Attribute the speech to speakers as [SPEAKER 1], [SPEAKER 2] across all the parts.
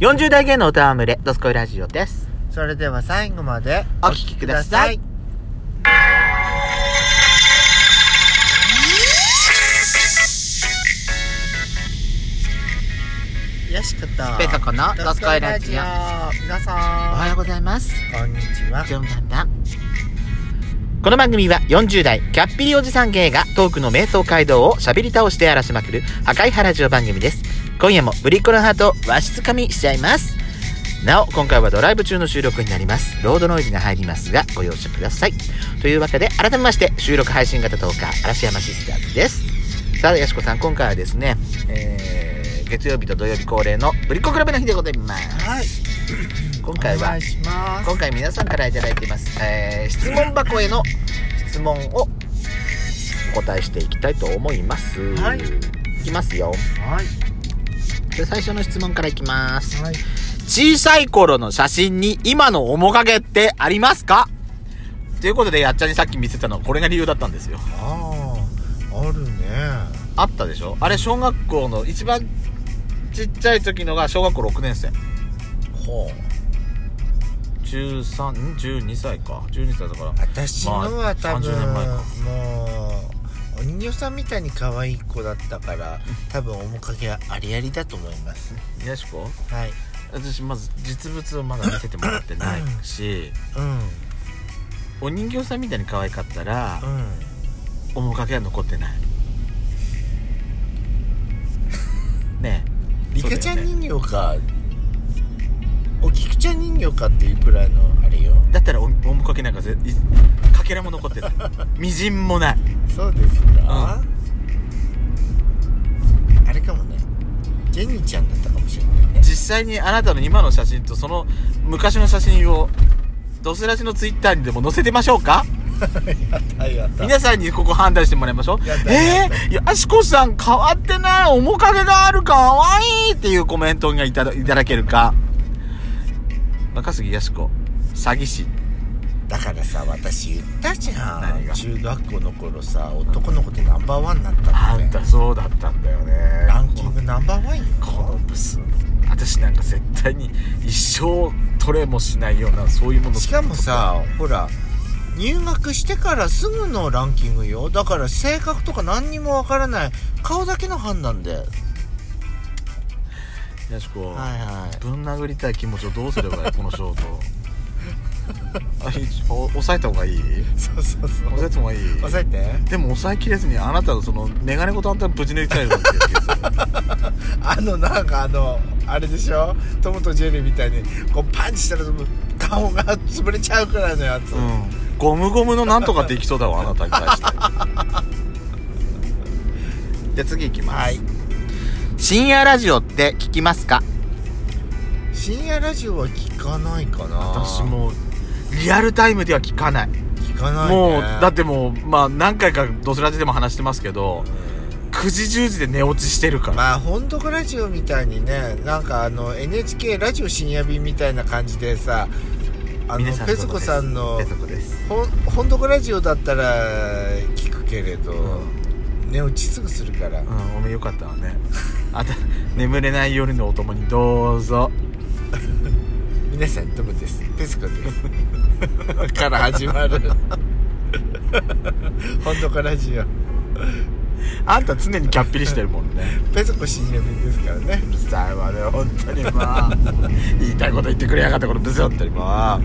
[SPEAKER 1] 40代芸能歌は群れ、ドスコイラジオです。
[SPEAKER 2] それでは最後まで
[SPEAKER 1] お聞きください。
[SPEAKER 2] よしこと
[SPEAKER 1] ペソコのドスコイラジオ
[SPEAKER 2] 皆
[SPEAKER 1] お
[SPEAKER 2] さ
[SPEAKER 1] はようございます。
[SPEAKER 2] んこんにちは
[SPEAKER 1] 順番だ。この番組は40代キャッピリおじさん芸がトークの瞑想街道をしゃべり倒して荒らしまくる赤い原ジオ番組です。今夜もブリッコのハートをわしつかみしちゃいます。なお、今回はドライブ中の収録になります。ロードノイズが入りますが、ご容赦ください。というわけで、改めまして、収録配信型トーカー、嵐山シスターズです。さあ、やしこさん、今回はですね、えー、月曜日と土曜日恒例のブリッコクラブの日でございます。
[SPEAKER 2] はい
[SPEAKER 1] 今回
[SPEAKER 2] お
[SPEAKER 1] は
[SPEAKER 2] 願い、します
[SPEAKER 1] 今回皆さんから頂いています、えー質問箱への質問をお答えしていきたいと思います、
[SPEAKER 2] はい
[SPEAKER 1] きますよ
[SPEAKER 2] はい
[SPEAKER 1] じゃあ最初の質問からいきます
[SPEAKER 2] はい
[SPEAKER 1] 小さい頃の写真に今の面影ってありますかということでやっちゃんにさっき見せたのこれが理由だったんですよ
[SPEAKER 2] あああるね
[SPEAKER 1] あったでしょあれ小学校の一番ちっちゃい時のが小学校6年生
[SPEAKER 2] ほう
[SPEAKER 1] 1312歳か12歳だから
[SPEAKER 2] 私のは多分、
[SPEAKER 1] まあ30年前か
[SPEAKER 2] もうお人形さんみたいに可愛い子だったから多分面影はありありだと思います
[SPEAKER 1] よしこ
[SPEAKER 2] はい
[SPEAKER 1] 私まず実物をまだ見せてもらってないし
[SPEAKER 2] うん
[SPEAKER 1] お人形さんみたいに可愛かったら
[SPEAKER 2] うん
[SPEAKER 1] 面影は残って ないねえ
[SPEAKER 2] リカちゃん
[SPEAKER 1] そうだよね
[SPEAKER 2] 人形か、お菊ちゃん人形かっていうくらいのあれよ
[SPEAKER 1] だったらお面影なんかぜいかけらも残 ってないみじんもない
[SPEAKER 2] そうですか、あれかもねジェニーちゃんだったかもしれないね
[SPEAKER 1] 実際にあなたの今の写真とその昔の写真をドスラジのツイッターにでも載せてましょうか
[SPEAKER 2] やったやった
[SPEAKER 1] 皆さんにここ判断してもらいましょう
[SPEAKER 2] やったや
[SPEAKER 1] え
[SPEAKER 2] った
[SPEAKER 1] ー、やしこさん変わってない面影があるかわいいっていうコメントがいただいただけるか若杉やしこ詐欺師
[SPEAKER 2] だからさ私言ったじゃ
[SPEAKER 1] 何
[SPEAKER 2] ん
[SPEAKER 1] が
[SPEAKER 2] 中学校の頃さ男の子でナンバーワンになった
[SPEAKER 1] あ
[SPEAKER 2] の
[SPEAKER 1] ん
[SPEAKER 2] ね
[SPEAKER 1] たそうだったんだよね
[SPEAKER 2] ランキングナンバーワンよ
[SPEAKER 1] このブス私なんか絶対に一生取れもしないようなそういうもの
[SPEAKER 2] しかもさほら入学してからすぐのランキングよだから性格とか何にもわからない顔だけの判断ではい
[SPEAKER 1] やしこ
[SPEAKER 2] は
[SPEAKER 1] ぶん殴りたい気持ちをどうすればいいこのショー トあいお押さえた方がいい
[SPEAKER 2] いそうそうそ
[SPEAKER 1] 押さえた方がいい
[SPEAKER 2] 抑えて
[SPEAKER 1] でも抑えきれずにあなたのそのメガネごとあんたぶち抜いちゃうよっていう
[SPEAKER 2] あのなんかあのあれでしょトムとジェリーみたいにこうパンチしたらもう顔が潰れちゃうくらいのやつ、
[SPEAKER 1] うんゴムゴムのなんとかできそうだわあなたに対してじゃあ次いきます、
[SPEAKER 2] はい
[SPEAKER 1] 深夜ラジオって聞きますか
[SPEAKER 2] 深夜ラジオは聞かないかな
[SPEAKER 1] 私もリアルタイムでは聞かない
[SPEAKER 2] 聞かない、ね、
[SPEAKER 1] もうだってもうまあ何回かドスラジでも話してますけど9時10時で寝落ちしてるから、
[SPEAKER 2] まあ本当ラジオみたいにねなんかあの NHK ラジオ深夜便みたいな感じでさあの
[SPEAKER 1] 皆
[SPEAKER 2] ペスコさんの
[SPEAKER 1] ペソコです
[SPEAKER 2] ほん本当ラジオだったら聞くけれど、寝落ちすぐするから、
[SPEAKER 1] うん、おめえよかったわねあた眠れない夜のお供にどうぞ
[SPEAKER 2] 皆さんどうもですペスコです から始まる本当かラジオ
[SPEAKER 1] あんた常にキャッピリしてるもんね
[SPEAKER 2] ペスコ深夜便ですからね
[SPEAKER 1] うるさいわね本当にまあ 言いたいこと言ってくれやがったこのブスよってまあ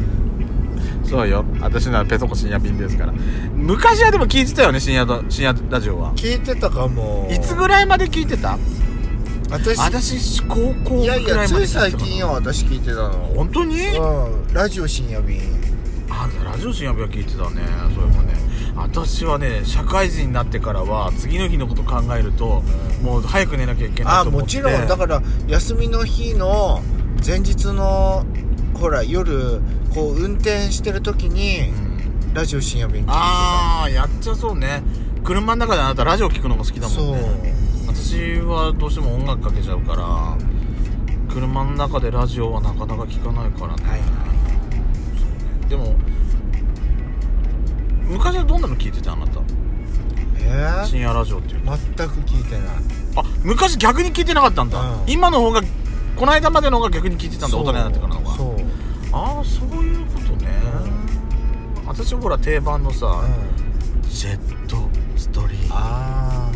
[SPEAKER 1] そうよ私のはペソコ深夜便ですから昔はでも聞いてたよね深夜だ深夜ラジオは
[SPEAKER 2] 聞いてたかも
[SPEAKER 1] いつぐらいまで聞いてた
[SPEAKER 2] 私
[SPEAKER 1] 私高校く
[SPEAKER 2] い
[SPEAKER 1] ら
[SPEAKER 2] や
[SPEAKER 1] い
[SPEAKER 2] い
[SPEAKER 1] まで聞
[SPEAKER 2] や
[SPEAKER 1] いてた
[SPEAKER 2] つい最近よ私聞いてたの
[SPEAKER 1] 本当に
[SPEAKER 2] うんラジオ深夜便
[SPEAKER 1] あんたラジオ深夜便は聞いてたねそういえばね私はね社会人になってからは次の日のこと考えるともう早く寝なきゃいけな
[SPEAKER 2] あ
[SPEAKER 1] いと思って
[SPEAKER 2] もちろんだから休みの日の前日のほら夜こう運転してる時に
[SPEAKER 1] うん
[SPEAKER 2] ラジオ深夜便聞いてた
[SPEAKER 1] ああやっちゃそうね車の中であなたラジオ聞くのも好きだもんね私はどうしても音楽かけちゃうから車の中でラジオはなかなか聞かないからね、
[SPEAKER 2] はいは
[SPEAKER 1] でも昔はどんなの聞いてたあなた
[SPEAKER 2] いえー
[SPEAKER 1] 深夜ラジオっていうの
[SPEAKER 2] 全く聞いてない
[SPEAKER 1] あ昔逆に聞いてなかったんだ、
[SPEAKER 2] うん
[SPEAKER 1] 今の方がこの間までのが逆に聞いてたんだ大人になってからのが
[SPEAKER 2] そう、うん、
[SPEAKER 1] ああそういうことね私ほら定番のさジェットストリーム
[SPEAKER 2] あ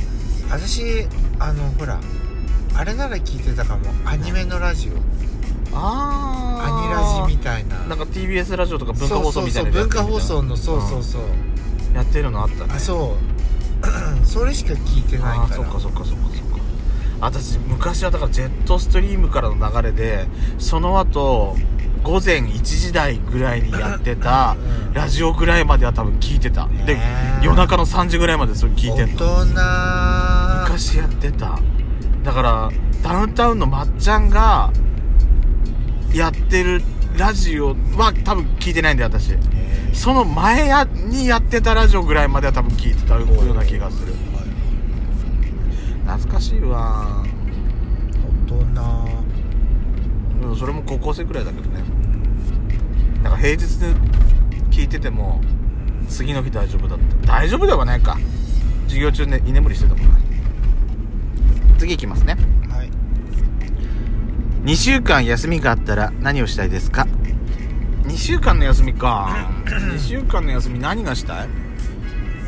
[SPEAKER 2] あ私あのほらあれなら聞いてたかもアニメのラジオ
[SPEAKER 1] あ
[SPEAKER 2] アニラジみたいな
[SPEAKER 1] なんか TBS ラジオとか文化放送みたいな
[SPEAKER 2] そうそうそう文化放送のそうそう
[SPEAKER 1] う
[SPEAKER 2] そう、
[SPEAKER 1] やってるのあったね
[SPEAKER 2] あそう それしか聞いてない
[SPEAKER 1] あ
[SPEAKER 2] か
[SPEAKER 1] ー
[SPEAKER 2] ら
[SPEAKER 1] そっかそっかそっかそっか私昔はだからジェットストリームからの流れでその後午前1時台ぐらいにやってた
[SPEAKER 2] うん
[SPEAKER 1] ラジオぐらいまでは多分聞いてたで
[SPEAKER 2] ねえ
[SPEAKER 1] 夜中の3時ぐらいまでそれ聞いてんの
[SPEAKER 2] 大人
[SPEAKER 1] 昔やってただからダウンタウンのまっちゃんがやってるラジオは多分聞いてないんだよ私
[SPEAKER 2] え
[SPEAKER 1] その前やにやってたラジオぐらいまでは多分聞いてたような気がする
[SPEAKER 2] ーはい
[SPEAKER 1] 懐かしいわ
[SPEAKER 2] 大人
[SPEAKER 1] うんそれも高校生くらいだけどねなんか平日で聞いてても次の日大丈夫だった大丈夫ではないか授業中で居眠りしてたもんな次いきますね
[SPEAKER 2] はい
[SPEAKER 1] 2週間休みがあったら何をしたいですか2週間の休みか2週間の休み何がしたい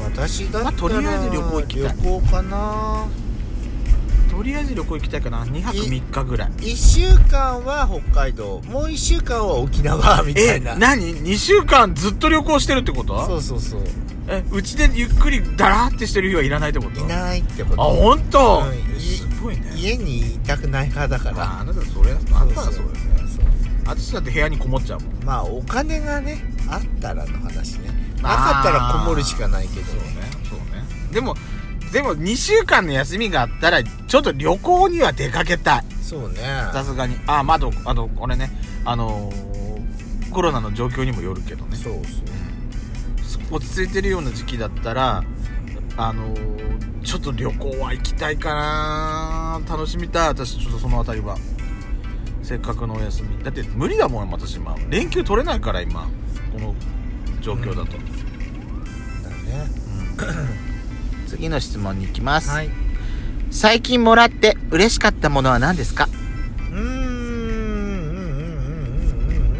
[SPEAKER 2] 私だったら、
[SPEAKER 1] まあとりあえず旅行行きたい
[SPEAKER 2] 旅行かな
[SPEAKER 1] とりあえず旅行行きたいかな2泊
[SPEAKER 2] い
[SPEAKER 1] 3日ぐらい
[SPEAKER 2] 1週間は北海道もう1週間は沖縄みた
[SPEAKER 1] え
[SPEAKER 2] いな
[SPEAKER 1] 何2週間ずっと旅行してるってこと
[SPEAKER 2] そうそうそう
[SPEAKER 1] えうちでゆっくりだらーってしてる日はいらないってこと
[SPEAKER 2] いないってこ
[SPEAKER 1] あ
[SPEAKER 2] と
[SPEAKER 1] 本当、
[SPEAKER 2] うん
[SPEAKER 1] いすごいね
[SPEAKER 2] 家にいたくない派だから
[SPEAKER 1] ああなたそれあなたがそうよね
[SPEAKER 2] そう
[SPEAKER 1] 私だって部屋にこもっちゃうもん
[SPEAKER 2] まあお金がねあったらの話ねな
[SPEAKER 1] あー
[SPEAKER 2] かったらこもるしかないけど
[SPEAKER 1] そうねでもでも2週間の休みがあったらちょっと旅行には出かけたい
[SPEAKER 2] そうね
[SPEAKER 1] さすがにあまああとあとこれねあのーコロナの状況にもよるけどね
[SPEAKER 2] そうそう
[SPEAKER 1] 落ち着いてるような時期だったらあのーちょっと旅行は行きたいかな楽しみたい私ちょっとその辺りはせっかくのお休みだって無理だもん私今連休取れないから今この状況だと、
[SPEAKER 2] だね
[SPEAKER 1] 次の質問に行きます、
[SPEAKER 2] はいう
[SPEAKER 1] 最近もらって嬉しかったものは何ですか
[SPEAKER 2] ーんうんうんうんうんうんう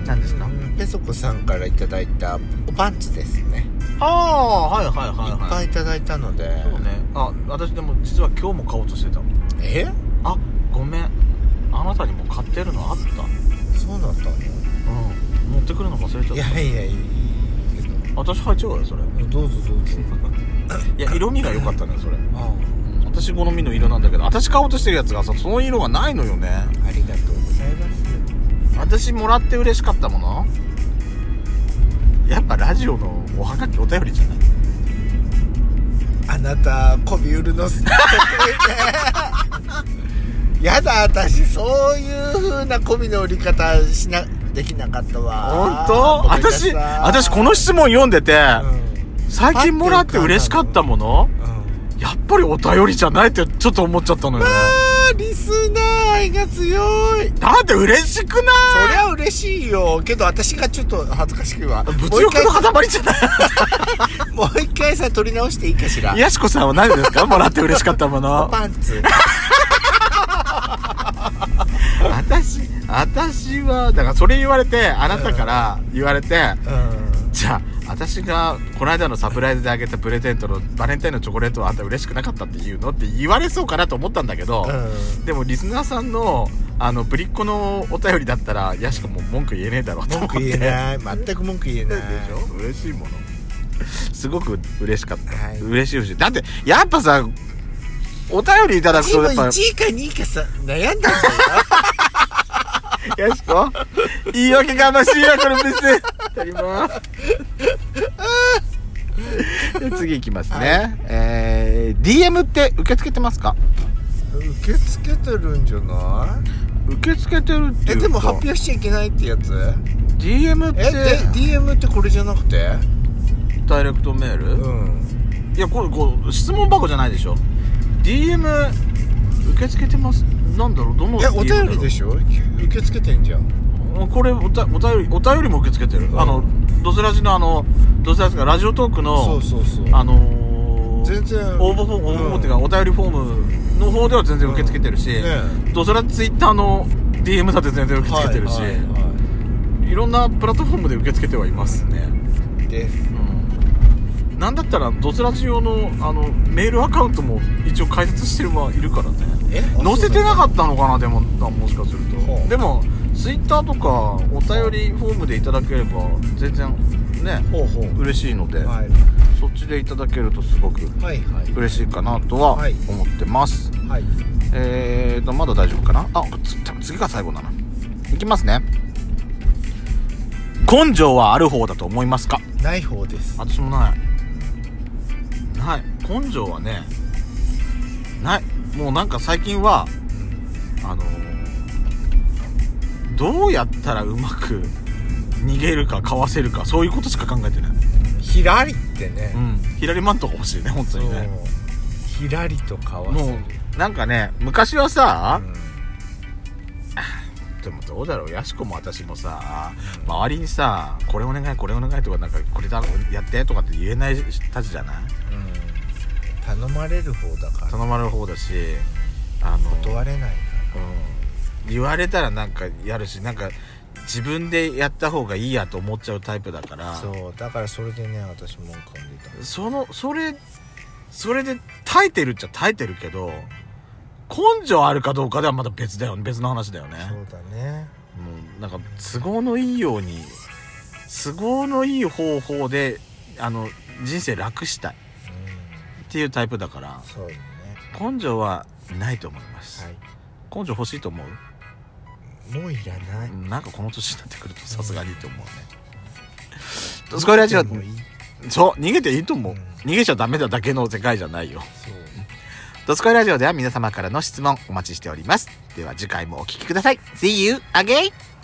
[SPEAKER 2] ん
[SPEAKER 1] 何ですか
[SPEAKER 2] ペソコさんからいただいたおパンツですね
[SPEAKER 1] ああはいはい
[SPEAKER 2] いっ
[SPEAKER 1] はいは
[SPEAKER 2] ぱ
[SPEAKER 1] い
[SPEAKER 2] いいただいたので
[SPEAKER 1] そうねあ私でも実は今日も買おうとしてた
[SPEAKER 2] え
[SPEAKER 1] あごめんあなたにも買ってるのあった
[SPEAKER 2] そうだったの
[SPEAKER 1] うん持ってくるの忘れちゃ
[SPEAKER 2] い
[SPEAKER 1] った
[SPEAKER 2] やいやいいけ
[SPEAKER 1] 私履いちゃうわよそれ
[SPEAKER 2] どどうぞどう ぞ
[SPEAKER 1] いや色味が良かったねそれ
[SPEAKER 2] あ
[SPEAKER 1] 私好みの色なんだけど私買おうとしてるやつがさその色がないのよね
[SPEAKER 2] あありがとうございます
[SPEAKER 1] 私もらって嬉しかったものやっぱラジオのおはがきお便りじゃない
[SPEAKER 2] あなた媚び売るの やだ私そういう風な媚びの売り方しなできなかったわ
[SPEAKER 1] 本当
[SPEAKER 2] ごめんなさ
[SPEAKER 1] 私
[SPEAKER 2] い
[SPEAKER 1] 私この質問読んでて、
[SPEAKER 2] うん
[SPEAKER 1] 最近もらって嬉しかったもの
[SPEAKER 2] うん
[SPEAKER 1] やっぱりお便りじゃないってちょっと思っちゃったのよね
[SPEAKER 2] あーリスナー愛が強い
[SPEAKER 1] だって嬉しくない
[SPEAKER 2] そりゃ嬉しいよけど私がちょっと恥ずかしくわ
[SPEAKER 1] 物欲の塊じゃない
[SPEAKER 2] もう一回もう一回さ取り直していいかしら
[SPEAKER 1] やしこさんは何ですかもらって嬉しかったもの
[SPEAKER 2] パンツ
[SPEAKER 1] 私私はだからそれ言われてあなたから言われて、
[SPEAKER 2] うん
[SPEAKER 1] じゃあ私がこの間のサプライズであげたプレゼントのバレンタインのチョコレートはあんた嬉しくなかったって言うのって言われそうかなと思ったんだけど、
[SPEAKER 2] うん
[SPEAKER 1] でもリスナーさんのあのぶりっ子のお便りだったらやしこも文句言えねえだろうと思っ
[SPEAKER 2] 文
[SPEAKER 1] て
[SPEAKER 2] 句言えない全く文句言えない
[SPEAKER 1] でしょ嬉しいものすごく嬉しかった、
[SPEAKER 2] はい
[SPEAKER 1] 嬉しい嬉しいだってやっぱさお便りいただく
[SPEAKER 2] 自
[SPEAKER 1] とや
[SPEAKER 2] 分
[SPEAKER 1] っぱ
[SPEAKER 2] 1位か2位かさ悩んだんだよ
[SPEAKER 1] よしこ言い訳がましいわこの店取ります次いきますね、えー、DM って受け付けてますか
[SPEAKER 2] 受け付けてるんじゃない
[SPEAKER 1] 受け付けてるって
[SPEAKER 2] えでも発表しちゃいけないってやつ
[SPEAKER 1] DM っ
[SPEAKER 2] えで
[SPEAKER 1] て
[SPEAKER 2] DM ってこれじゃなくて
[SPEAKER 1] ダイレクトメール、
[SPEAKER 2] うん
[SPEAKER 1] いやこれこう質問箱じゃないでしょ DM 受け付けてますなんだろうどの
[SPEAKER 2] えお便りで
[SPEAKER 1] ょ
[SPEAKER 2] しょ受け付けてんじゃん
[SPEAKER 1] これおたお便りお便りも受け付けてる、
[SPEAKER 2] うん
[SPEAKER 1] あのドスラジのあのドスラジがラジオトークの
[SPEAKER 2] そうそうそう
[SPEAKER 1] あのー、
[SPEAKER 2] 全然
[SPEAKER 1] 応募フォーム、応募フォームっていうか
[SPEAKER 2] うん
[SPEAKER 1] お便りフォームの方では全然受け付けてるし、
[SPEAKER 2] ね
[SPEAKER 1] どうせらツイッターの DM だって全然受け付けてるし、
[SPEAKER 2] はい
[SPEAKER 1] い
[SPEAKER 2] はいは
[SPEAKER 1] ろんなプラットフォームで受け付けてはいますね、
[SPEAKER 2] いです
[SPEAKER 1] うん、なんだったらドスラジオのあのメールアカウントも一応開設してるはいるからね
[SPEAKER 2] え
[SPEAKER 1] 載せてなか
[SPEAKER 2] っ
[SPEAKER 1] ったのかなでもあもしかする
[SPEAKER 2] ほう
[SPEAKER 1] とでもツイッターとかお便りフォームでいただければ全然ね
[SPEAKER 2] たほうほう
[SPEAKER 1] 嬉しいので、
[SPEAKER 2] はい
[SPEAKER 1] そっちでいただけるとすごく
[SPEAKER 2] はいはい
[SPEAKER 1] 嬉しいかなとは
[SPEAKER 2] はい
[SPEAKER 1] 思ってます、
[SPEAKER 2] はい
[SPEAKER 1] えーとまだ大丈夫かなあつ多分次が最後だないきますね根性はある方だと思いますか
[SPEAKER 2] ない方です
[SPEAKER 1] 私もないない根性はねないもうなんか最近はあのーどうやったらうまく逃げるかかわせるかそういうことしか考えてない
[SPEAKER 2] ひらりってね
[SPEAKER 1] うん左マントが欲しいね本当にね
[SPEAKER 2] そうひらりとかわせる
[SPEAKER 1] もうなんかね昔はさ、
[SPEAKER 2] うん
[SPEAKER 1] でもどうだろうやしこも私もさ周りにさこれお願いこれお願いとかなんかこれだやってとかって言えないたちじゃない
[SPEAKER 2] うん頼まれる方だから
[SPEAKER 1] 頼まれる方だしあの
[SPEAKER 2] 断れないか
[SPEAKER 1] うん、言われたらなんかやるしなんか自分でやった方がいいやと思っちゃうタイプだから
[SPEAKER 2] らそうだからそれでね私文句をんでた
[SPEAKER 1] そのそれそれで耐えてるっちゃ耐えてるけど根性あるかどうかではまた別だよ別の話だよね
[SPEAKER 2] そうだね
[SPEAKER 1] もうなんか都合のいいように都合のいい方法であの人生楽したい
[SPEAKER 2] うん
[SPEAKER 1] っていうタイプだから
[SPEAKER 2] そうだね
[SPEAKER 1] 根性はないと思います、
[SPEAKER 2] はい
[SPEAKER 1] 根性欲しいと思う
[SPEAKER 2] もういらない
[SPEAKER 1] なんかこの年になってくるとさすがに と思うね。スコイラジオ、
[SPEAKER 2] もういい
[SPEAKER 1] そう、逃げていいと思う
[SPEAKER 2] うん。
[SPEAKER 1] 逃げちゃダメだだけの世界じゃないよ。
[SPEAKER 2] そう
[SPEAKER 3] ドスコイラジオでは皆様からの質問お待ちしております。では次回もお聞きください。See you again!